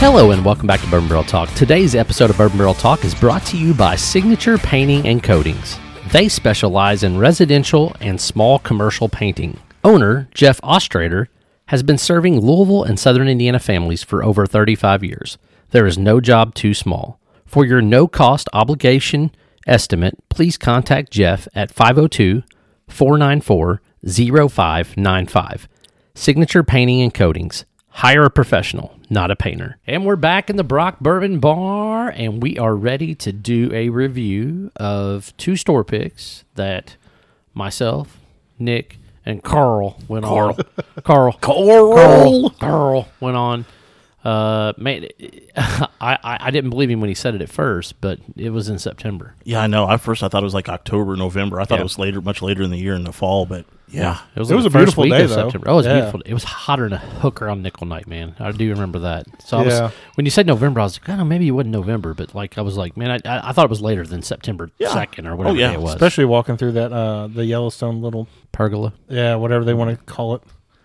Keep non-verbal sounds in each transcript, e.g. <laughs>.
Hello and welcome back to Bourbon Barrel Talk. Today's episode of Bourbon Barrel Talk is brought to you by Signature Painting and Coatings. They specialize in residential and small commercial painting. Owner Jeff Ostrader has been serving Louisville and Southern Indiana families for over 35 years. There is no job too small. For your no cost obligation estimate, please contact Jeff at 502 494 0595. Signature Painting and Coatings. Hire a professional, not a painter. And we're back in the Brock Bourbon Bar, and we are ready to do a review of two store picks that myself, Nick, and Carl went on. Carl. <laughs> Carl. Carl went on. Uh, man, <laughs> I, I I didn't believe him when he said it at first, but it was in September. Yeah, I know. At first, I thought it was like October, November. I thought Yeah. it was later, much later in the year in the fall. But yeah, It was, It like was the a first beautiful week day, of though. September. Oh, it was Yeah. beautiful. It was hotter than a hooker on nickel night, man. I do remember that. So I Yeah. was when you said November, I was like, I don't know, maybe it wasn't November, but like I was like, man, I- I, I thought it was later than September Yeah. second or Oh, whatever yeah. day it was. Especially walking through that uh the Yellowstone little pergola. yeah whatever they want to call it.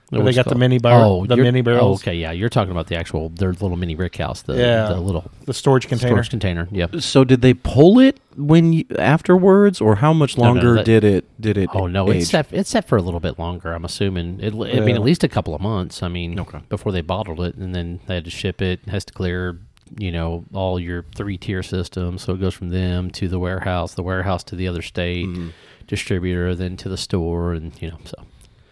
Where they What's got the called- mini barrel, the you're- mini barrels, Oh, okay, yeah, you're talking about the actual their little mini rick house, the Yeah. the little the storage container. storage container. Yeah. So did they pull it when you, afterwards, or how much no, longer that- did it did it? Oh no, age? it's set it's set for a little bit longer. I'm assuming. It, I mean, Yeah. at least a couple of months. I mean, before they bottled it, and then they had to ship it. Has to clear, you know, all your three tier systems. So it goes from them to the warehouse, the warehouse to the other state Mm-hmm. distributor, then to the store, and you know, so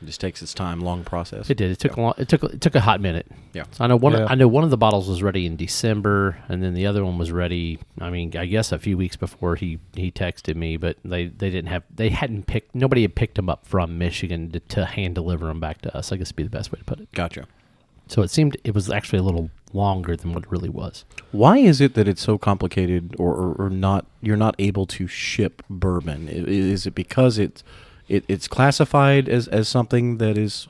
It just takes its time, long process. it did. It took a long, it took it took a hot minute. Yeah. So I know one. Yeah. I know one of the bottles was ready in December, and then the other one was ready. I mean, I guess a few weeks before he he texted me, but they they didn't have they hadn't picked nobody had picked them up from Michigan to, to hand deliver them back to us. I guess would be the best way to put it. Gotcha. So it seemed it was actually a little longer than what it really was. Why is it that it's so complicated, or, or, or not? You're not able to ship bourbon. I- i- Is it because it's it, it's classified as, as something that is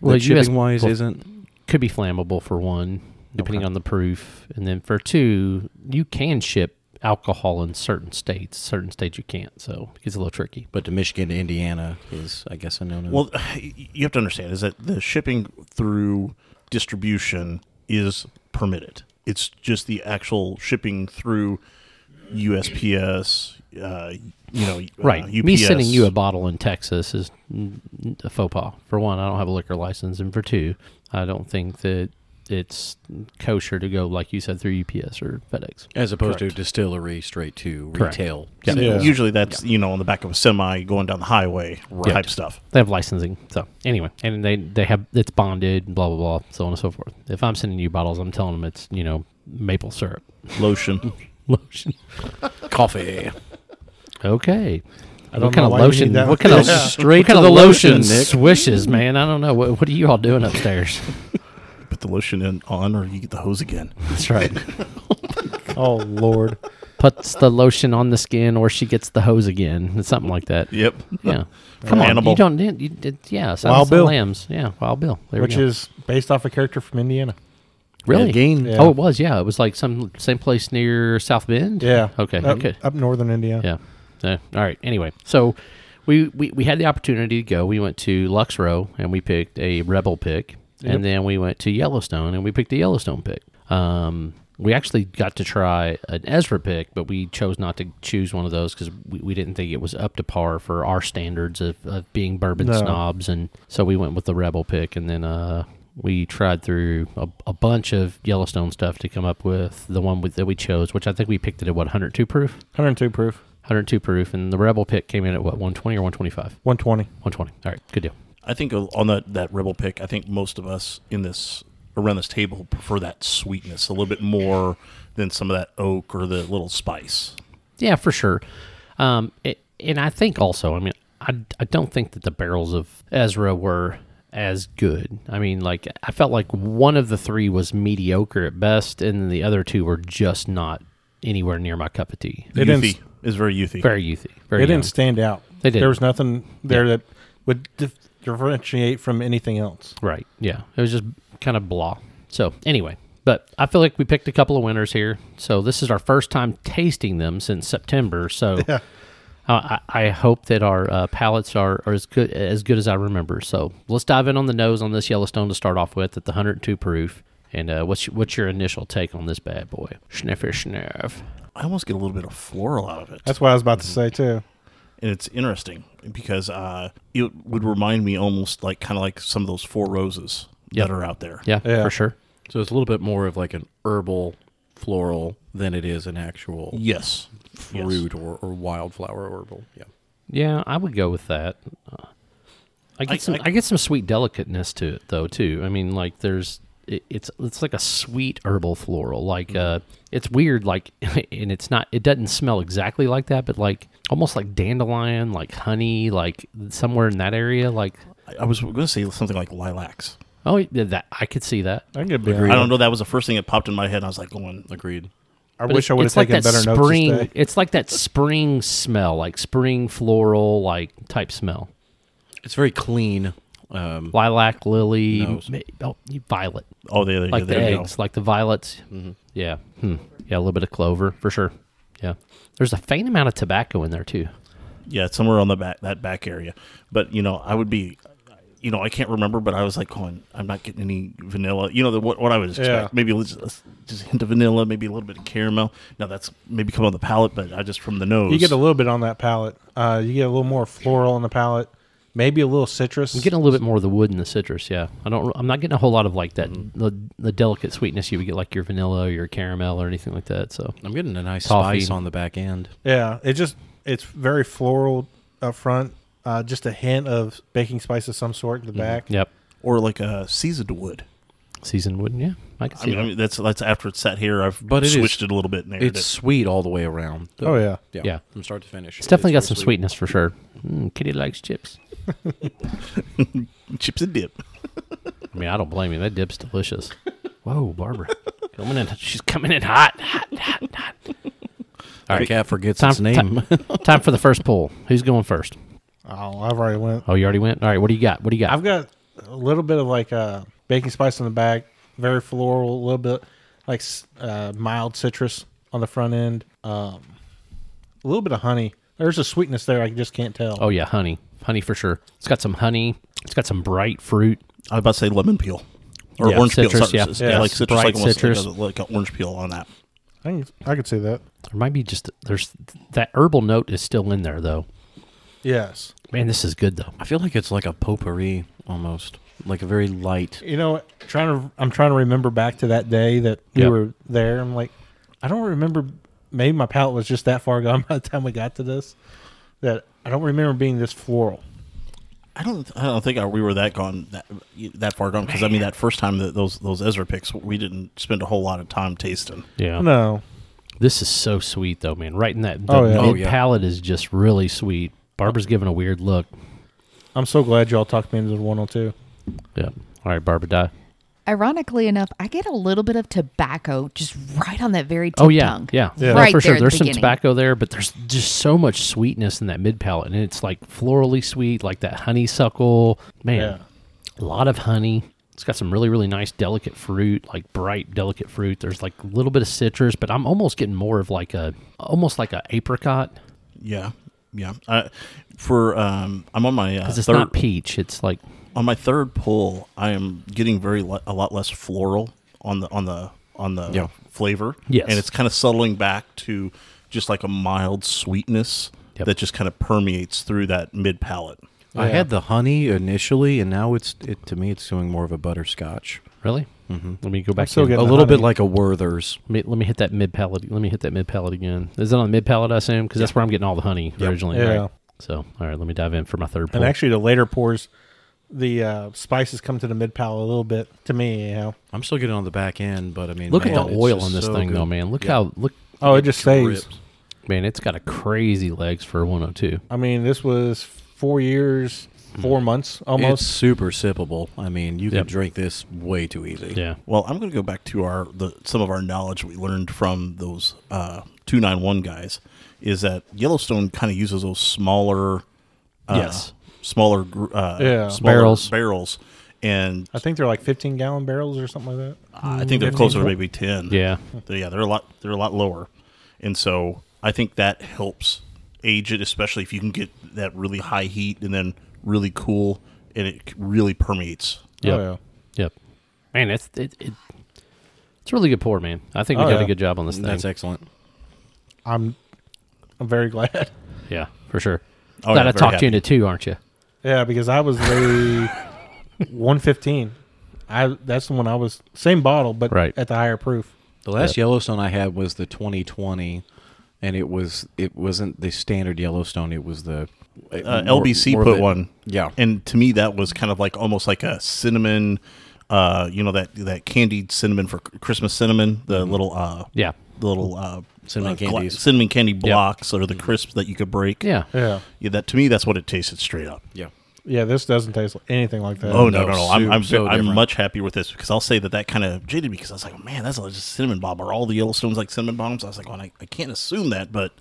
Well, US that shipping wise pl- isn't? could be flammable for one, depending Okay. on the proof, and then for two, you can ship alcohol in certain states. Certain states you can't, so it gets a little tricky. But to Michigan, to Indiana is, I guess, I know. well, <sighs> you have to understand is that the shipping through distribution is permitted. It's just the actual shipping through USPS. Uh, you know, Right. Uh, UPS. Me sending you a bottle in Texas is n- n- a faux pas. For one, I don't have a liquor license, and for two, I don't think that it's kosher to go like you said through UPS or FedEx. as opposed correct. to distillery straight to Correct. retail. Yeah. sales. Yeah. Usually that's you know on the back of a semi going down the highway type stuff. They have licensing. So anyway, and they they have it's bonded, blah blah blah, so on and so forth. If I'm sending you bottles, I'm telling them it's you know maple syrup <laughs> Lotion. lotion. Coffee. Okay. don't what kind know of why you need lotion? that What kind <laughs> of one. straight Straight kind to of the lotion, lotion, Nick. swishes, man? I don't know. What, what are you all doing upstairs? Put the lotion in on, or you get the hose again. <laughs> That's right. Oh lord, puts the lotion on the skin or she gets the hose again. It's something like that. Yep. Yeah. Come on, animal. You don't need, you did, yeah, Silence Wild of the Bill. Lambs. Yeah, Wild Bill. There which we go. is based off a character from Indiana. really? Again. Yeah. Oh, it was, yeah. It was like some same place near South Bend. Yeah. Okay. Up, okay. Up northern Indiana. Yeah. Yeah. All right. Anyway, so we, we we had the opportunity to go. We went to Lux Row and we picked a Rebel pick, and then we went to Yellowstone and we picked the Yellowstone pick. Um, we actually got to try an Ezra pick, but we chose not to choose one of those because we, we didn't think it was up to par for our standards of, of being bourbon No. snobs, and so we went with the Rebel pick, and then uh. We tried through a, a bunch of Yellowstone stuff to come up with the one with, that we chose, which I think we picked it at what 102 proof. 102 proof, 102 proof, and the Rebel pick came in at what 120 or 125? 120. 120. All right, good deal. I think on that that rebel pick, I think most of us in this around this table prefer that sweetness a little bit more than some of that oak or the little spice. Yeah, for sure. Um, it, and I think also, I mean, I, I don't think that the barrels of Ezra were as good. I mean, like I felt like one of the three was mediocre at best, and the other two were just not anywhere near my cup of tea. It didn't youthy is very youthy. Very youthy. Very It young. didn't stand out. They didn't. There was nothing there that would dif- differentiate from anything else. Right. Yeah. It was just kind of blah. So anyway, but I feel like we picked a couple of winners here. So this is our first time tasting them since September. So uh, I, I hope that our uh, palates are, are as good as good as I remember. So let's dive in on the nose on this Yellowstone to start off with at the 102 proof. And uh, what's what's your initial take on this bad boy? Schniffer schniff. I almost get a little bit of floral out of it. That's what I was Mm-hmm. about to say too. and it's interesting because uh, it would remind me almost like kind of like some of those four roses Yep. that are out there. Yeah, Yeah. for sure. So it's a little bit more of like an herbal floral than it is an actual Yes. Yes. fruit or, or wildflower herbal. Yeah. Yeah, I would go with that. Uh, I get I- some. I, I- get some sweet delicateness to it though too. I mean, like there's. It, it's it's like a sweet herbal floral. Like Mm-hmm. uh, it's weird. Like <laughs> and it's not. It doesn't smell exactly like that, but like almost like dandelion, like honey, like somewhere in that area. Like I, I was going to say something like lilacs. oh yeah, that I could see that. I can get bigger. I don't know. That was the first thing that popped in my head. and I was like going, Agreed. I But it's- wish I would have it's like taken that better spring, notes. Today. It's like that spring smell, like spring floral, like type smell. It's very clean. Um, Lilac, lily, Nose. ma- oh, violet, oh, there, there, like the there you go. Mm-hmm. eggs, like the violets. Yeah, hmm. yeah, a little bit of clover for sure. Yeah, there's a faint amount of tobacco in there too. Yeah, it's somewhere on the back that back area. But you know, I would be, you know, I can't remember, but I was like going, I'm not getting any vanilla. You know, the, what what I was Yeah. expecting, maybe a little- just, a hint of vanilla, maybe a little bit of caramel. Now that's maybe come on the palate, but I just from the nose. You get a little bit on that palate. Uh, you get a little more floral on the palate. Maybe a little citrus. I'm getting a little bit more of the wood and the citrus. Yeah, I don't. I'm not getting a whole lot of like that Mm-hmm. the, the delicate sweetness you would get like your vanilla or your caramel or anything like that. So I'm getting a nice Toffee. spice on the back end. yeah, it just it's very floral up front. Uh, just a hint of baking spice of some sort Mm-hmm. in the back. yep, or like a seasoned wood. seasoned wood. Yeah, I can see I mean, that. I mean, that's that's after it's sat here. I've But it is- switched it a little bit and aired It's it. sweet all the way around. though. Oh, yeah. Yeah. From start to finish. It's definitely got very some sweetness for sure. Mm, Kitty likes chips. Chips and dip. I mean, I don't blame you. That dip's <laughs> delicious. Whoa, Barbara, coming in. She's coming in hot, hot, hot, hot. The cat forgets Time, its name. ti- time for the first poll. Who's going first? Oh, I've already went. Oh, you already went. All right, what do you got? What do you got? I've got a little bit of like uh, baking spice on the back, very floral, a little bit like s- uh, mild citrus on the front end, um, a little bit of honey. There's a sweetness there I just can't tell. oh yeah, honey, honey for sure. It's got some honey. It's got some bright fruit. I was about to say lemon peel or Yeah, orange citrus, peel. yeah. Sorry, it's- Yeah, like it's citrus, bright like almost like citrus. a- like an orange peel on that. I, can, I could see that. There might be just there's that herbal note is still in there though. Yes. Man, this is good though. I feel like it's like a potpourri almost, like a very light. You know, trying to I'm trying to remember back to that day that we Yeah. were there. I'm like, I don't remember. Maybe my palate was just that far gone <laughs> by the time we got to this. That I don't remember being this floral. I don't. I don't think I- we were that gone that that far gone because I mean that first time that those those Ezra picks we didn't spend a whole lot of time tasting. Yeah. No, This is so sweet though, man. Right in that the Oh, yeah. Oh, mid yeah. palate is just really sweet. Barbara's giving a weird look. I'm so glad y'all talked me into the 102. Yeah. All right, Barbara, die. Ironically enough, I get a little bit of tobacco just right on that very tip Oh yeah, tongue. yeah, Yeah. No, Right for sure. there at the there's some beginning. tobacco there, but there's just so much sweetness in that mid palate, and it's like florally sweet, like that honeysuckle. Man, a lot of honey. It's got some really, really nice, delicate fruit, like bright, delicate fruit. There's like a little bit of citrus, but I'm almost getting more of like a, almost like a apricot. Yeah, yeah. I, for um, I'm on my uh, 'Cause It's third not peach. It's like on my third pull. I am getting very le- a lot less floral on the on the on the Yeah. flavor. Yes. and it's kind of settling back to just like a mild sweetness Yep. that just kind of permeates through that mid palate. I Yeah. had the honey initially, and now it's it to me it's doing more of a butterscotch, really. Mm-hmm. Let me go back. still in. getting a The little bit honey. like a Werther's. Let me, let me hit that mid palate. Let me hit that mid palate again. Is it on the mid palate? I assume because that's where I'm getting all the honey originally. Yeah. Right? So all right, let me dive in for my third. And pull. actually, the later pours, the uh, spices come to the mid palate a little bit to me. You know, I'm still getting on the back end, but I mean, Look man, at the it's oil just on this so thing, though, good. man. Look Yeah. how look, oh, it just Drips. stays. man. It's got a crazy legs for a 102. I mean, this was four years, four months almost. It's super sippable. I mean, you Yep. can drink this way too easy. Yeah, Well, I'm going to go back to our the some of our knowledge we learned from those uh, two nine one guys is that Yellowstone kind of uses those smaller, uh, Yes. smaller, gr- uh, Yeah. smaller Barrels. barrels, and I think they're like 15 gallon barrels or something like that. I think they're closer to maybe ten. yeah, They're- yeah, they're a lot they're a lot lower, and so I think that helps age it, especially if you can get that really high heat and then really cool, and it really permeates. yep, Oh, yeah. yep. Man, it's it, it It's a really good pour, man. I think we Oh, did a yeah. good job on this thing. Mm, That's excellent. I'm I'm very glad. <laughs> Yeah, for sure. Oh, Glad yeah, I very talked happy. you into two, aren't you? Yeah, because I was the 115. I that's the one I was same bottle, but Right. at the higher proof. The last Yellowstone I had was the 2020, and it was it wasn't the standard Yellowstone. It was the Uh, more- LBC more of put it- one. Yeah, and to me that was kind of like almost like a cinnamon uh you know that that candied cinnamon for christmas cinnamon the little uh Yeah. the little uh Mm-hmm. Cinnamon uh, gla- candies. Mm-hmm. cinnamon candy blocks or the crisps that you could break Yeah. Yeah, yeah that to me that's what it tasted straight up yeah. yeah. This doesn't taste like anything like that. Oh no no no, no! I'm so- I'm, so I'm different. much happier with this because I'll say that that kind of jaded me because I was like, man, that's just cinnamon bomb. Are all the Yellowstones like cinnamon bombs? I was like, well, I, I can't assume that, but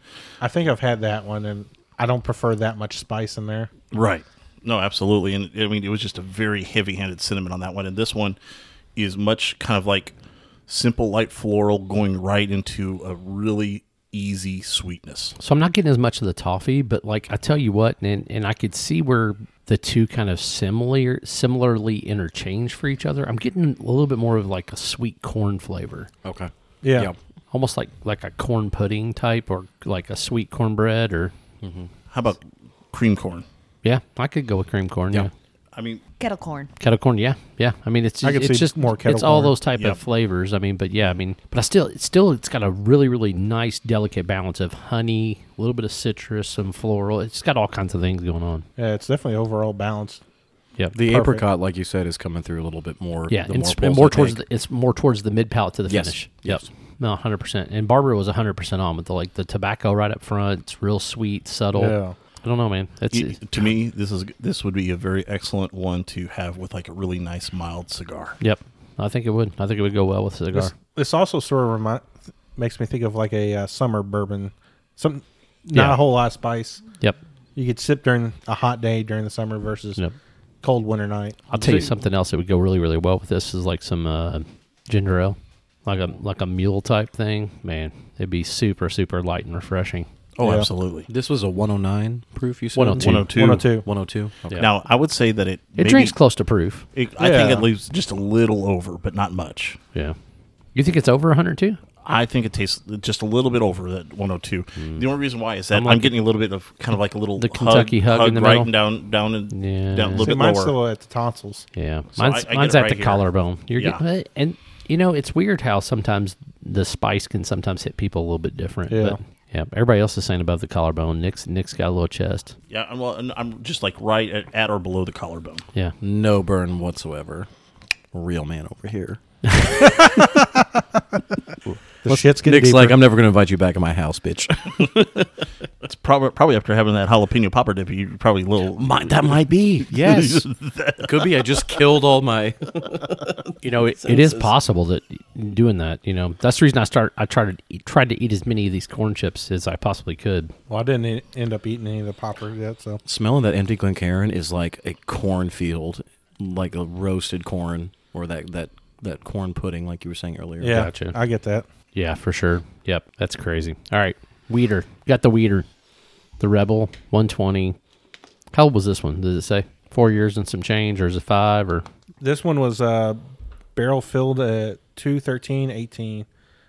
I think I've had that one, and I don't prefer that much spice in there. Right. No, absolutely. And I mean, it was just a very heavy handed cinnamon on that one. And this one is much kind of like simple, light floral going right into a really easy sweetness. So I'm not getting as much of the toffee, but like I tell you what, and and I could see where the two kind of similar similarly interchange for each other. I'm getting a little bit more of like a sweet corn flavor, Okay. Yeah. almost like like a corn pudding type, or like a sweet cornbread, or How about cream corn? yeah, I could go with cream corn. Yeah, Yeah. I mean, Kettle corn. kettle corn. Yeah, yeah. I mean, it's I could it's see just more kettle It's all corn. those type Yeah. of flavors. I mean, but yeah, I mean, but I still it's still it's got a really really nice delicate balance of honey, a little bit of citrus, some floral. It's got all kinds of things going on. Yeah, it's definitely overall balanced. Yeah. The Perfect. apricot, like you said, is coming through a little bit more. Yeah, the and it's balls more I towards take. the, it's more towards the mid palate to the Yes, finish. yes. Yep. No, hundred percent. And Barbara was hundred percent on with the like the tobacco right up front. It's real sweet, subtle. Yeah. I don't know, man. That's y- to me, this is this would be a very excellent one to have with like a really nice mild cigar. yep. I think it would. I think it would go well with cigar. This, this also sort of remind, makes me think of like a uh, summer bourbon. Some not Yeah. a whole lot of spice. Yep. You could sip during a hot day during the summer versus Yep. cold winter night. I'll tell you something else that would go really, really well with this is like some uh, ginger ale, like a like a mule type thing. Man, it'd be super, super light and refreshing. Oh, Yeah. absolutely. This was a 109 proof. You said 102. 102. 102. 102. Okay. Yeah. Now, I would say that it It maybe- drinks close to proof. It, I think Yeah. it leaves just a little over, but not much. Yeah. You think it's over 102? I think it tastes just a little bit over that 102. The only reason why is that Hmm. I'm, like- getting a little bit of kind of like a little The Kentucky hug in the right middle? down down and Yeah. down a little See, bit mine's lower. still at the tonsils. Yeah, So I- mine's, I get mine's it at right the here. collarbone. You're Yeah. getting, and you know it's weird how sometimes the spice can sometimes hit people a little bit different. Yeah. But yeah, everybody else is saying above the collarbone. Nick's Nick's got a little chest. Yeah, I'm, well, and I'm just like right at, at or below the collarbone. Yeah, No burn whatsoever. Real man over here. The shit's getting Nick's deeper. like, I'm never going to invite you back in my <laughs> house, bitch. It's probably probably after having that jalapeno popper dip, you're probably a little. Might, that might be. Yes. <laughs> Could be. I just killed all my. <laughs> you know it, it is possible that doing that. You know that's the reason I start. I tried to eat, tried to eat as many of these corn chips as I possibly could. Well, I didn't e- end up eating any of the popper yet, so Smelling that empty Glencairn is like a cornfield, like a roasted corn or that, that, that corn pudding, like you were saying earlier. yeah, Gotcha. I get that. Yeah, for sure. Yep, that's crazy. All right, Weeder got the Weeder, the Rebel 120. How old was this one? Does it say four years and some change, or is it five? Or This one was uh, barrel filled at two thirteen eighteen,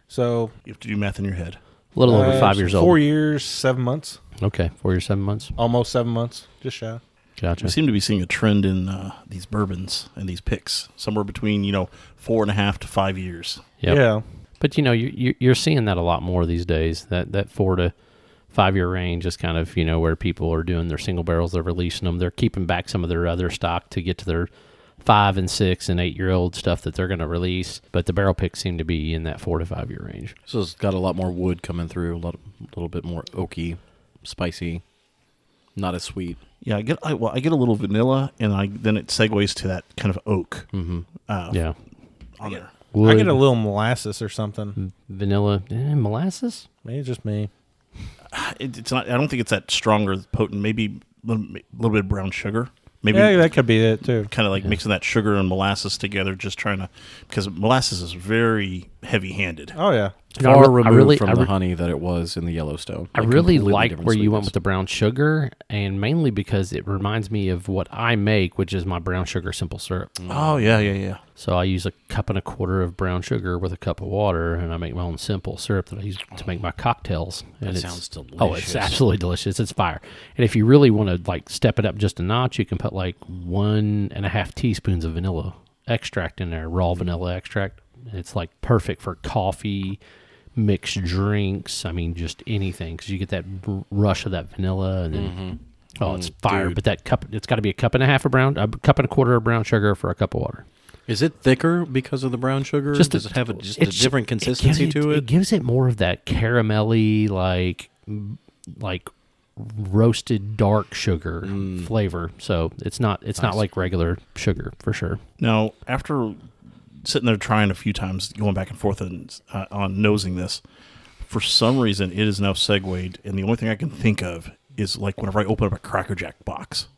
so You have to do math in your head. a little over uh, five years old. Four years, seven months, Okay, four years, seven months. almost seven months, just shy. Gotcha. We seem to be seeing a trend in uh, these bourbons and these picks, somewhere between you know four and a half to five years. Yep. Yeah, But you know, you, you you're seeing that a lot more these days. That that four to five year range is kind of you know where people are doing their single barrels. They're releasing them. They're keeping back some of their other stock to get to their five and six and eight year old stuff that they're going to release. But the barrel picks seem to be in that four to five year range. So it's got a lot more wood coming through, a lot, a little bit more oaky, spicy, not as sweet. Yeah, I get I, well, I get a little vanilla, and I then it segues to that kind of oak uh, Yeah. on there. Wood, Hmm. I get a little molasses or something. vanilla, eh, molasses. Maybe it's just me. It, it's not. I don't think it's that stronger, potent. Maybe a little, little bit of brown sugar. Maybe Yeah, that could be it too. kind of like mixing that sugar and molasses together, just trying to because molasses is very heavy handed. Oh yeah, And I far re- I removed really- from I the re- honey that it was in the Yellowstone. I Like, really completely like different where you went with sweetness. the brown sugar, and mainly because it reminds me of what I make, which is my brown sugar simple syrup. Oh yeah, yeah, yeah. So I use a cup and a quarter of brown sugar with a cup of water, and I make my own simple syrup that I use to make my cocktails. And it sounds delicious. Oh, it's absolutely delicious. It's fire. And if you really want to like step it up just a notch, you can put like one and a half teaspoons of vanilla extract in there, raw vanilla extract. It's like perfect for coffee, mixed drinks. I mean, just anything because you get that br- rush of that vanilla and then. Mm-hmm. Oh, it's Mm, fire! But that cup—it's got to be a cup and a half of brown, a cup and a quarter of brown sugar for a cup of water Is it thicker because of the brown sugar? just Does a- it have a, just a it's- different it gives consistency to it? It gives it more of that caramelly, like m- like roasted dark sugar Hmm. flavor. So it's not it's not like regular sugar for sure. Now, after sitting there trying a few times, going back and forth and uh, on nosing this, for some reason it is now segued, and the only thing I can think of is like whenever I open up a Cracker Jack box.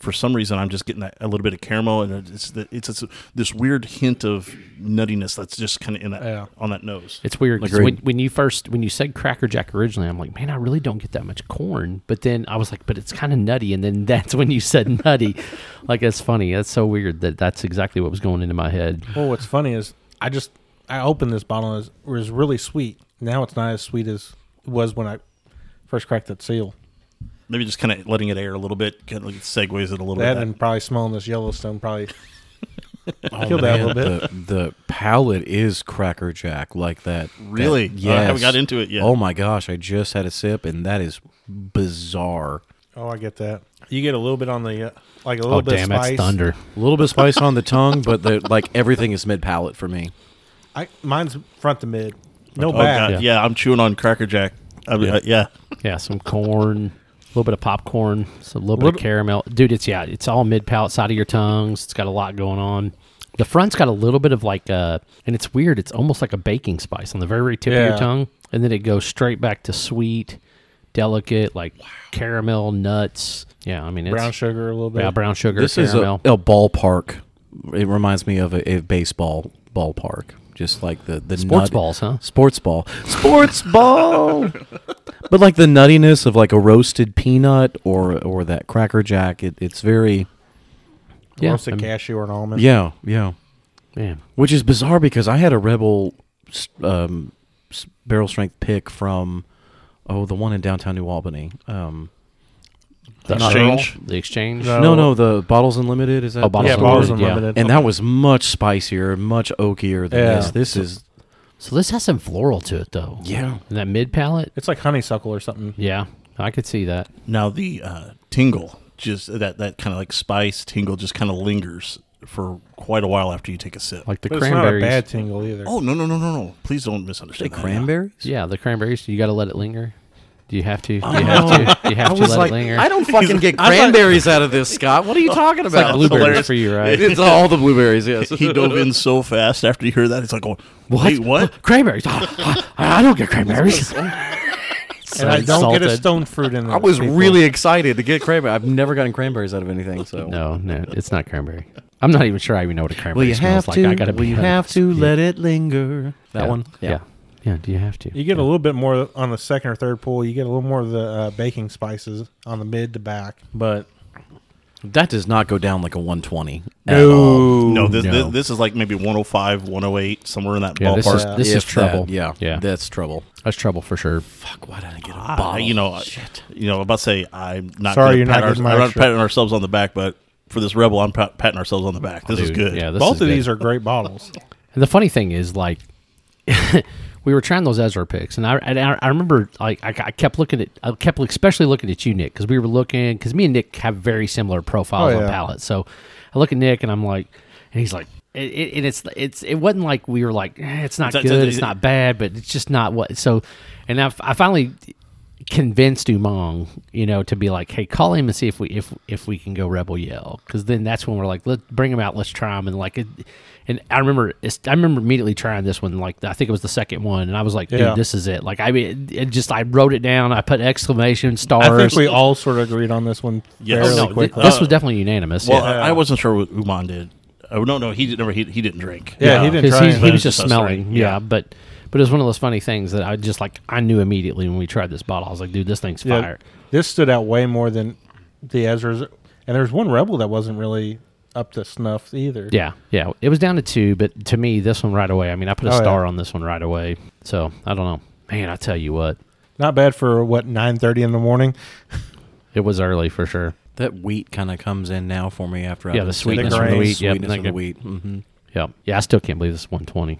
For some reason, I'm just getting that, a little bit of caramel, and it's the, it's, it's this weird hint of nuttiness that's just kind of in that Yeah. on that nose. It's weird 'cause Agreed. when, when you first when you said Cracker Jack originally, I'm like, man, I really don't get that much corn. But then I was like, but it's kind of nutty. And then <laughs> that's when you said nutty. like that's funny. That's so weird that that's exactly what was going into my head. Well, what's funny is I just I opened this bottle and it was really sweet. Now it's not as sweet as it was when I first cracked that seal. Maybe just kind of letting it air a little bit, kind of like segues it a little That bit. and probably smelling this <laughs> Yellowstone probably Oh, killed that a man, little The, the palate is Cracker Jack like that. Really? That, Uh, I yes. haven't got into it yet. Oh my gosh, I just had a sip and that is bizarre. <laughs> Oh, I get that. You get a little bit on the uh, like a little Oh bit damn, of that's spice. thunder. A little bit of spice on the tongue, but the, like everything is mid palate for me. I mine's front to mid. No Oh, bad. God. Yeah. Yeah. I'm chewing on Cracker Jack. I mean, uh, yeah. Yeah, some corn, a little bit of popcorn, so a little bit of Little- caramel. Dude, it's yeah, it's all mid palate, side of your tongues. It's got a lot going on. The front's got a little bit of like uh and it's weird, it's almost like a baking spice on the very, very tip of your Yeah. tongue. And then it goes straight back to sweet, delicate, like caramel, nuts. Yeah, I mean it's Brown sugar a little bit. yeah, brown sugar, This is a, caramel. a ballpark. It reminds me of a, a baseball ballpark. Just like the, the Sports nut- balls, huh? Sports ball. Sports ball. but like the nuttiness of like a roasted peanut or or that cracker jack, it, it's very yeah, um, Roasted I mean, cashew or an almond. yeah, yeah. man. Which is bizarre because I had a Rebel s- um, s- barrel strength pick from oh the one in downtown New Albany. Um, The Exchange? The exchange. No. no, no, the bottles unlimited is that Oh, Bottles Yeah, Unlimited, bottles yeah. unlimited. and that was much spicier, much oakier than Yeah. this. This is So this has some floral to it though. yeah. And that mid palate? it's like honeysuckle or something. Yeah. I could see that. Now the uh, tingle, just that that kind of like spice tingle, just kind of lingers for quite a while after you take a sip. Like the But it's not a cranberries. bad tingle either. oh no no no no no! Please don't misunderstand. that. Cranberries? Yeah, the cranberries. You got to let it linger. Do you have to? Do you have to? Do you have to let it linger? don't fucking get cranberries out of this, Scott. What are you talking it's like blueberries hilarious. for you, right? it's all the blueberries. Yes. He dove in so fast after you hear that, it's like going, wait, what? cranberries? Oh, Ah, I, I don't get <laughs> cranberries. and I don't get a stone fruit in there. I was people. really excited to get cranberry. I've never gotten cranberries out of anything. So No, no, it's not cranberry. I'm not even sure I even know what a cranberry smells like. I gotta be honest. Yeah. it linger? That Yeah. one. Yeah. yeah, Do you have to? You get a little bit more on the second or third pull. You get a little more of the uh, baking spices on the mid to back, but That does not go down like a 120. No this, no. This, this is like maybe 105, 108, somewhere in that yeah, this ballpark. is this is trouble. yeah. yeah, Ah, That's trouble. that's trouble for sure. Fuck, why did I get a I- bottle? you know, I, you know. I'm about to say I'm not. Sorry, gonna you're not pat our- getting my I'm not extra. patting ourselves on the back, but for this rebel, I'm pat, patting ourselves on the back. This is Dude, good. Yeah, this both is of good. these are great <laughs> bottles. And the funny thing is, like, <laughs> we were trying those Ezra picks, and I and I, I remember like I, I kept looking at I kept especially looking at you, Nick, because we were looking because me and Nick have very similar profiles Oh, on yeah. palettes. So I look at Nick, and I'm like, and he's like. It, it, and it's it's it wasn't like we were like eh, it's not That- good that- it's not bad but it's just not what so and I, I finally convinced Umong you know to be like hey call him and see if we if if we can go Rebel Yell because then that's when we're like let bring him out let's try him and like it, and I remember it's, I remember immediately trying this one like I think it was the second one and I was like dude Yeah. this is it like I mean it just I wrote it down I put exclamation stars I think we all sort of agreed on this one Yes. fairly Oh, no, th- quickly. this was definitely unanimous Well, yeah. I, I wasn't sure what Uman did. Oh no, no, he didn't. He, he didn't drink. yeah, he didn't because try. Uh, he, and- he was just That's right. smelling. Yeah, Yeah. but But it was one of those funny things that I just like. I knew immediately when we tried this bottle. I was like, dude, this thing's Yeah, fire. This stood out way more than the Ezra's. And there's one Rebel that wasn't really up to snuff either. Yeah, yeah. It was down to two, but to me, this one right away. I mean, I put a Oh, yeah. star on this one right away. So I don't know, man. I tell you what, Not bad for what nine thirty in the morning. it was early for sure. That wheat kind of comes in now for me after. Yeah, the I've been sitting sweetness there. from the wheat, yep, Sweetness and from I the wheat. hmm Yeah, yeah. I still can't believe this is 120.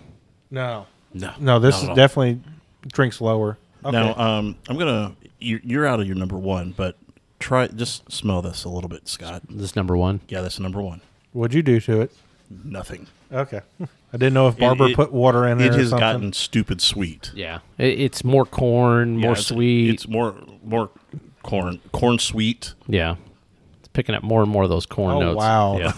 No, No, no, not this at is all. definitely drinks lower. Now, um, I'm gonna you're, you're out of your number one, but try just smell this a little bit, Scott. This number one. Yeah, that's number one. What'd you do to it? Nothing. Okay, <laughs> I didn't know if Barber it- put water in it, It or has something. gotten stupid sweet. Yeah, it, it's more corn, Yeah, more it's- sweet. It's more more corn corn sweet. yeah, it's picking up more and more of those corn Oh, notes. wow. Yeah,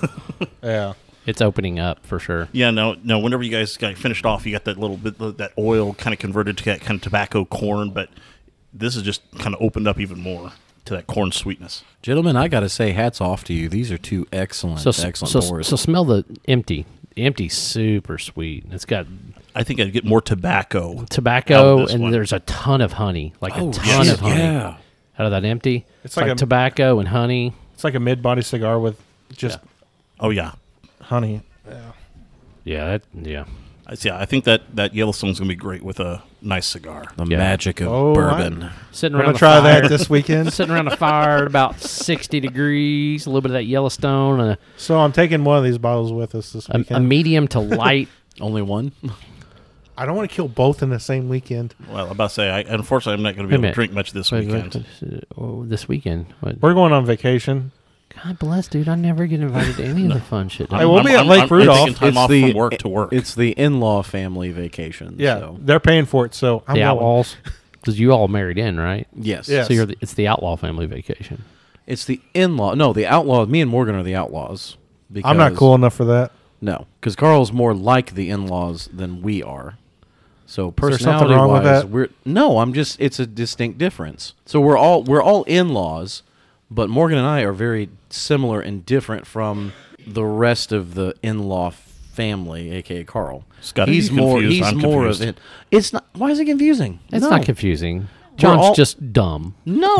yeah, it's opening up for sure. <laughs> Yeah. Now, now, whenever you guys got finished off, you got that little bit that oil kind of converted to that kind of tobacco corn, but this is just kind of opened up even more to that corn sweetness. gentlemen, I gotta say, hats off to you. These are two excellent, So, s- excellent so, doors. so smell the empty. The Empty, super sweet. It's got I think I'd get more tobacco. Out tobacco of Oh, this and one. there's a ton of honey, like a oh, ton shit, of honey yeah. out of that empty. It's It's like, like a- tobacco and honey. it's like a mid-body cigar with just Oh yeah, honey. Yeah, that, yeah. I see. I think that that Yellowstone's gonna be great with a nice cigar. The Yeah. magic of Oh, I- bourbon. Sitting I'm around gonna the try fire, that this <laughs> weekend. sitting around a fire at about sixty degrees. A little bit of that Yellowstone, a, so I'm taking one of these bottles with us this a, a weekend. medium to <laughs> light. Only one. I don't want to kill both in the same weekend. Well, I'm about to say, I, unfortunately, I'm not going to Wait be a minute. able to drink much this Wait, weekend. wait, oh, this weekend. What? We're going on vacation. God bless, dude. I never get invited to any <laughs> of the fun shit. Hey, we'll I'm- be at I'm- Lake I'm- I'm Rudolph. taking time off from work to work. It's the in-law family vacation. Yeah, so. they're paying for it, so I'm the <laughs> going. outlaws, because you all married in, right? Yes. Yeah. So you're the, it's the outlaw family vacation. It's the in-law. No, the outlaw. Me and Morgan are the outlaws. Because, I'm not cool enough for that. No, because Carl's more like the in-laws than we are. So there something personality wrong with wise, that? we're no. I'm just. It's a distinct difference. So we're all we're all in-laws, but Morgan and I are very similar and different from the rest of the in-law family, aka Carl. Scott, are he's you more. confused? He's I'm more of it. confused. It's not. Why is it confusing? It's No. not confusing. John's all- just dumb. <laughs> No.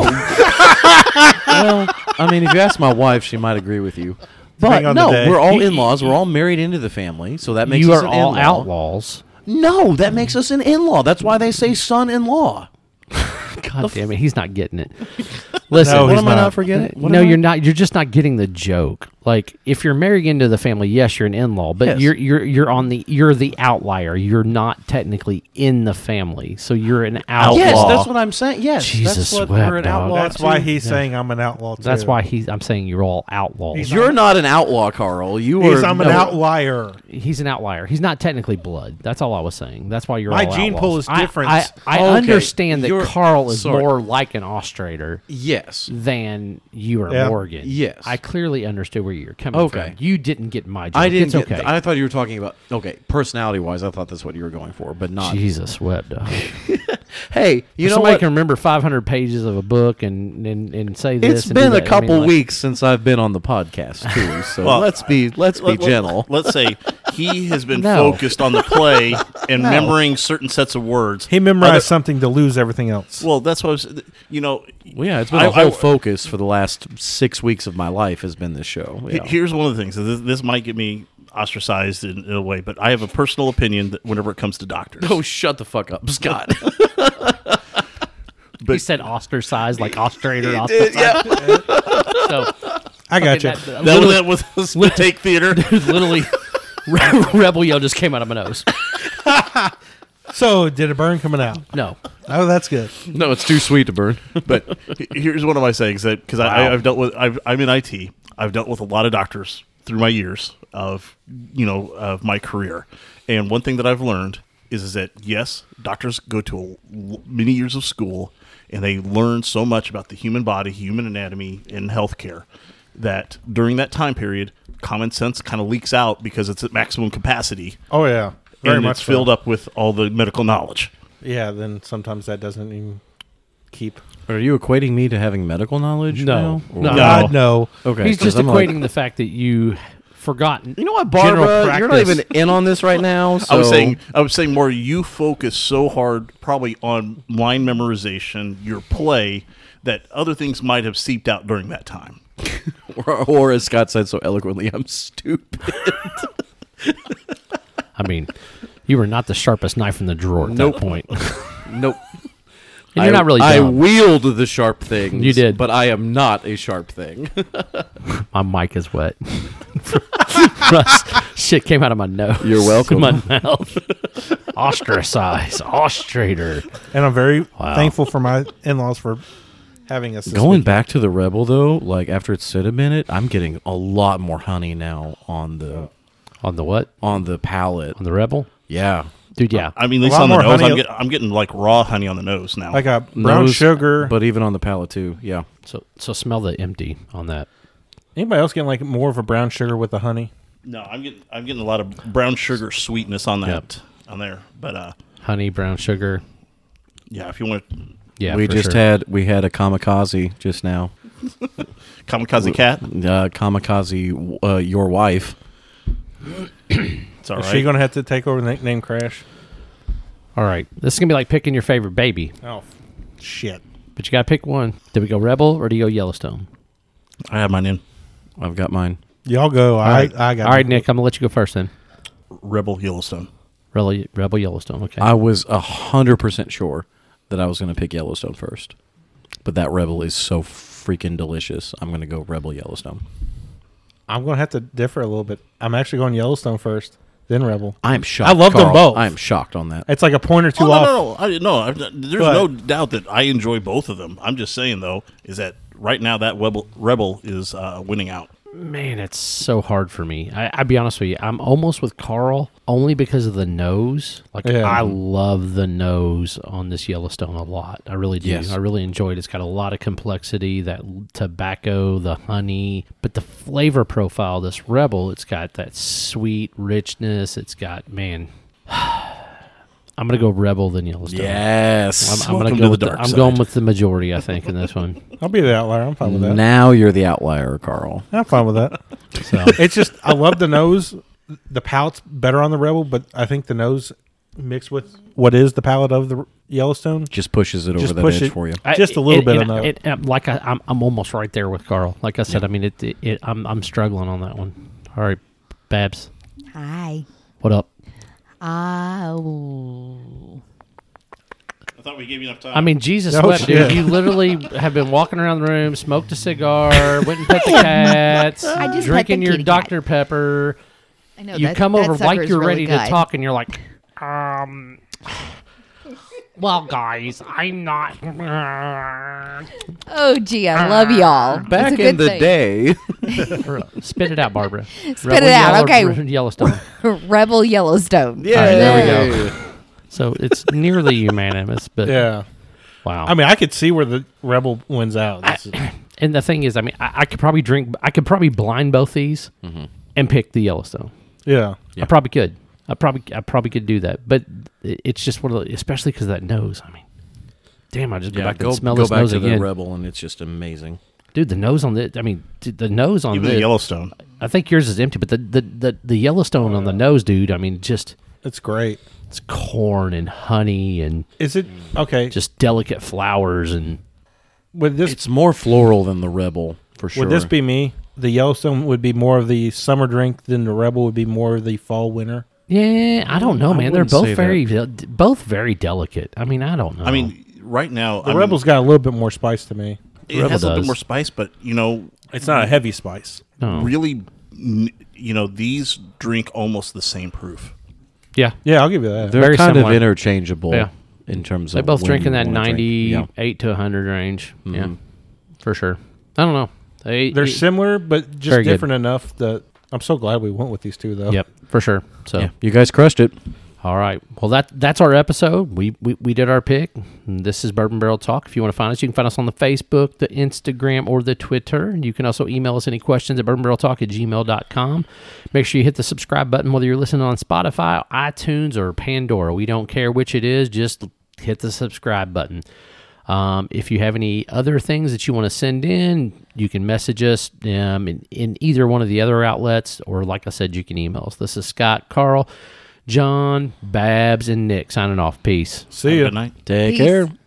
well, I mean, if you ask my wife, she might agree with you. But Depending on the no, day. we're all in-laws. We're all married into the family, so that makes You us are an all <laughs> in-law. outlaws. No, that makes us an in-law. That's why they say son-in-law. God damn it, he's not getting <laughs> it. Listen, No, what he's am I not. not forgetting? What no, am I- you're not. You're just not getting the joke. Like if you're married into the family, yes, you're an in-law, but Yes. you're you're you're on the you're the outlier. You're not technically in the family, so you're an outlaw. Yes, that's what I'm saying. Yes, Jesus that's what wept, we're an dog. outlaw. That's too. why he's saying I'm an outlaw. Too. That's why he's. I'm saying you're all outlaws. He's, You're not an outlaw, Carl. You Because are. I'm an outlier. an outlier. He's not technically blood. That's all I was saying. That's why you're. My all gene outlaws. pool is I- different. I, I Okay, understand that you're- Carl is sorry. more like an Austrator Yes. than you or Yeah. Morgan. Yes. I clearly understood where you're coming Okay. from. You didn't get my. Joke. I didn't. It's get- okay. I thought you were talking about okay, personality-wise. I thought that's what you were going for, but not. Jesus wept. dog. Hey, you If know somebody what? can remember 500 pages of a book and and, and say this. It's and do been that. I a mean, couple like, weeks since I've been on the podcast <laughs> too, so Well, let's be let's be Let- let- gentle. Let's say he has <laughs> been No. focused on the <laughs> play and remembering certain sets of words. He memorized Other- something to lose everything else. Well, that's what I was. You know, Well, yeah, it's been a I- I- whole focus for the last six weeks of my life has been this show. H- Yeah. Here's one of the things. This, this might get me ostracized in, in a way, but I have a personal opinion that whenever it comes to doctors. oh, shut the fuck up, <laughs> Scott. He said ostracized, like ostrator, ostracized. <laughs> So I got you. that, that was, literally, that was <laughs> a split take theater. literally <laughs> Re- rebel yell just came out of my nose. So did a burn coming out? No, Oh, that's good. no, it's too sweet to burn. but he- here's one of my sayings that because I Wow. I've dealt with I've, I'm in IT. I've dealt with a lot of doctors through my years of you know of my career, and one thing that I've learned is, is that yes, doctors go to a l many years of school and they learn so much about the human body, human anatomy, and healthcare that during that time period, common sense kind of leaks out because it's at maximum capacity Oh yeah, very and much it's filled up with all the medical knowledge. Yeah, then sometimes that doesn't even keep. <laughs> Are you equating me to having medical knowledge? No. now? No. Or- God no. Okay. he's 'cause just I'm equating like, the fact that you forgotten. You know what, general Barbara? You're not practice. even in on this <laughs> right now. So I was saying, I was saying more. You focus so hard, probably on line memorization, your play, that other things might have seeped out during that time. or, or as Scott said so eloquently, I'm stupid. I mean, you were not the sharpest knife in the drawer at that <laughs> point. and <laughs> Nope. you're I, not really I dumb. wield the sharp thing. You did. but I am not a sharp thing. my mic is wet. <laughs> Shit came out of my nose. You're <laughs> welcome. my mouth. Ostracize. Ostrator. And I'm very thankful for my in laws for having us. this Going week. back to the rebel though, like after it's sit a minute, I'm getting a lot more honey now on the On the what? on the palate. On the rebel? Yeah, Dude, yeah. I mean, at A least lot on the more nose, honey- I'm, get, I'm getting like raw honey on the nose now. Like a brown Nose, sugar. But but even on the palate too. Yeah, So so smell the empty on that. anybody else getting like more of a brown sugar with the honey? no, I'm getting, I'm getting a lot of brown sugar sweetness on that, on there. But uh, Honey, brown sugar. yeah, if you want Yeah. we for just sure. had we had a kamikaze just now. kamikaze cat, Uh, kamikaze, uh, your wife. it's all Is right. she going to have to take over the nickname Crash? All right. This is going to be like picking your favorite baby, Oh, shit. but you got to pick one. Do we go rebel or do you go Yellowstone? I have mine in I've got mine. Y'all go. I, I got All right, Nick, I'm going to let you go first then. Rebel Yellowstone. Rebel, rebel Yellowstone. Okay. I was a hundred percent sure that I was going to pick Yellowstone first, but that Rebel is so freaking delicious. I'm going to go Rebel Yellowstone. I'm going to have to differ a little bit. I'm actually going Yellowstone first, then Rebel. I'm shocked. I love them Carl. both. I'm shocked on that. It's like a point or two Oh, no, off. no, no, I, no. I, there's ahead. no doubt that I enjoy both of them. I'm just saying though, is that right now that Rebel, Rebel is uh, winning out. Man, it's so hard for me. I, I'll be honest with you. I'm almost with Carl only because of the nose. Like Yeah. I love the nose on this Yellowstone a lot. I really do. Yes. I really enjoy it. It's got a lot of complexity. That l- tobacco, the honey, but the flavor profile. of This Rebel, it's got that sweet richness. It's got man. <sighs> I'm gonna go Rebel than Yellowstone. I'm, Yes. I'm gonna Welcome go. to with the the- dark I'm side. going with the majority. I think in this <laughs> one. I'll be the outlier. I'm fine with that. now you're the outlier, Carl. I'm fine with that. So It's just I love the nose. The palate's better on the Rebel, but I think the nose mixed with what is the palate of the Yellowstone Just pushes it over Just that push edge it. for you. I- Just a little and- bit and- of that. and- and like I, I'm, I'm almost right there with Carl. Like I said, I mean, it, it, it. I'm, I'm struggling on that one. All right, Babs, Hi. what up? Oh. I thought we gave you enough time. I mean, Jesus No wept, dude. shit. You literally <laughs> have been walking around the room, smoked a cigar, went and pet <laughs> the cats, just pet the drinking your kitty cat. Dr Pepper. I know. you Oh, that- come that over sucker like is you're really ready to good. talk, and you're like, um, well, guys, I'm not. Oh, gee, I love y'all. It's a Back good in the thing. <laughs> day, Spit it out, Barbara. Spit it out, okay. Yellowstone. <laughs> Rebel Yellowstone. yeah, right, there we So it's nearly unanimous, but Yeah. wow. I mean, I could see where the Rebel wins out. <coughs> This is- and the thing is, I mean, I, I could probably drink, I could probably blind both these Mm-hmm. and pick the Yellowstone. yeah. I probably could. I probably, I probably could do that. But it- it's just one of the, especially because that nose. I mean, damn, I just go Yeah, back go, and smell go this back nose to again, the rebel, and it's just amazing. dude. The nose on the, I mean, dude, the nose on Give me the the. Yellowstone. I think yours is empty, but the the the, the Yellowstone on the Uh. nose, dude. I mean, just It's great. it's corn and honey and Is it okay just delicate flowers and would this It's more floral than the rebel for sure. would this be me? The Yellowstone would be more of the summer drink than the Rebel would be more of the fall winter. Yeah, I don't know, I man. They're wouldn't say both that. very, de- both very delicate. I mean, I don't know. I mean, right now, I The mean, Rebel's got a little bit more spice to me. it Rebel has a little does. bit more spice, but you know, It's not a heavy spice. no. really, n- you know, these drink almost the same proof. yeah, Yeah, I'll give you that. They're Very kind similar. of interchangeable Yeah. in terms they of both when drink in you that wanna drink. Mm-hmm. Yeah. ninety-eight to hundred range. Yeah, for sure. I don't know. They, They're y- similar, but just e Very good. different enough that I'm so glad we went with these two though. Yep, for sure. So, Yeah, you guys crushed it. all right. Well, that that's our episode. We we, we did our pick. This is Bourbon Barrel Talk. If you want to find us, you can find us on the Facebook, the Instagram, or the Twitter. You can also email us any questions at bourbonbarreltalk at gmail.com. Make sure you hit the subscribe button, whether you're listening on Spotify, iTunes, or Pandora. We don't care which it is. Just hit the subscribe button. Um, if you have any other things that you want to send in, you can message us um, in, in either one of the other outlets, or like I said, you can email us. This is Scott, Carl, John, Babs, and Nick signing off. Peace. See ya. Good night. Take Peace. care.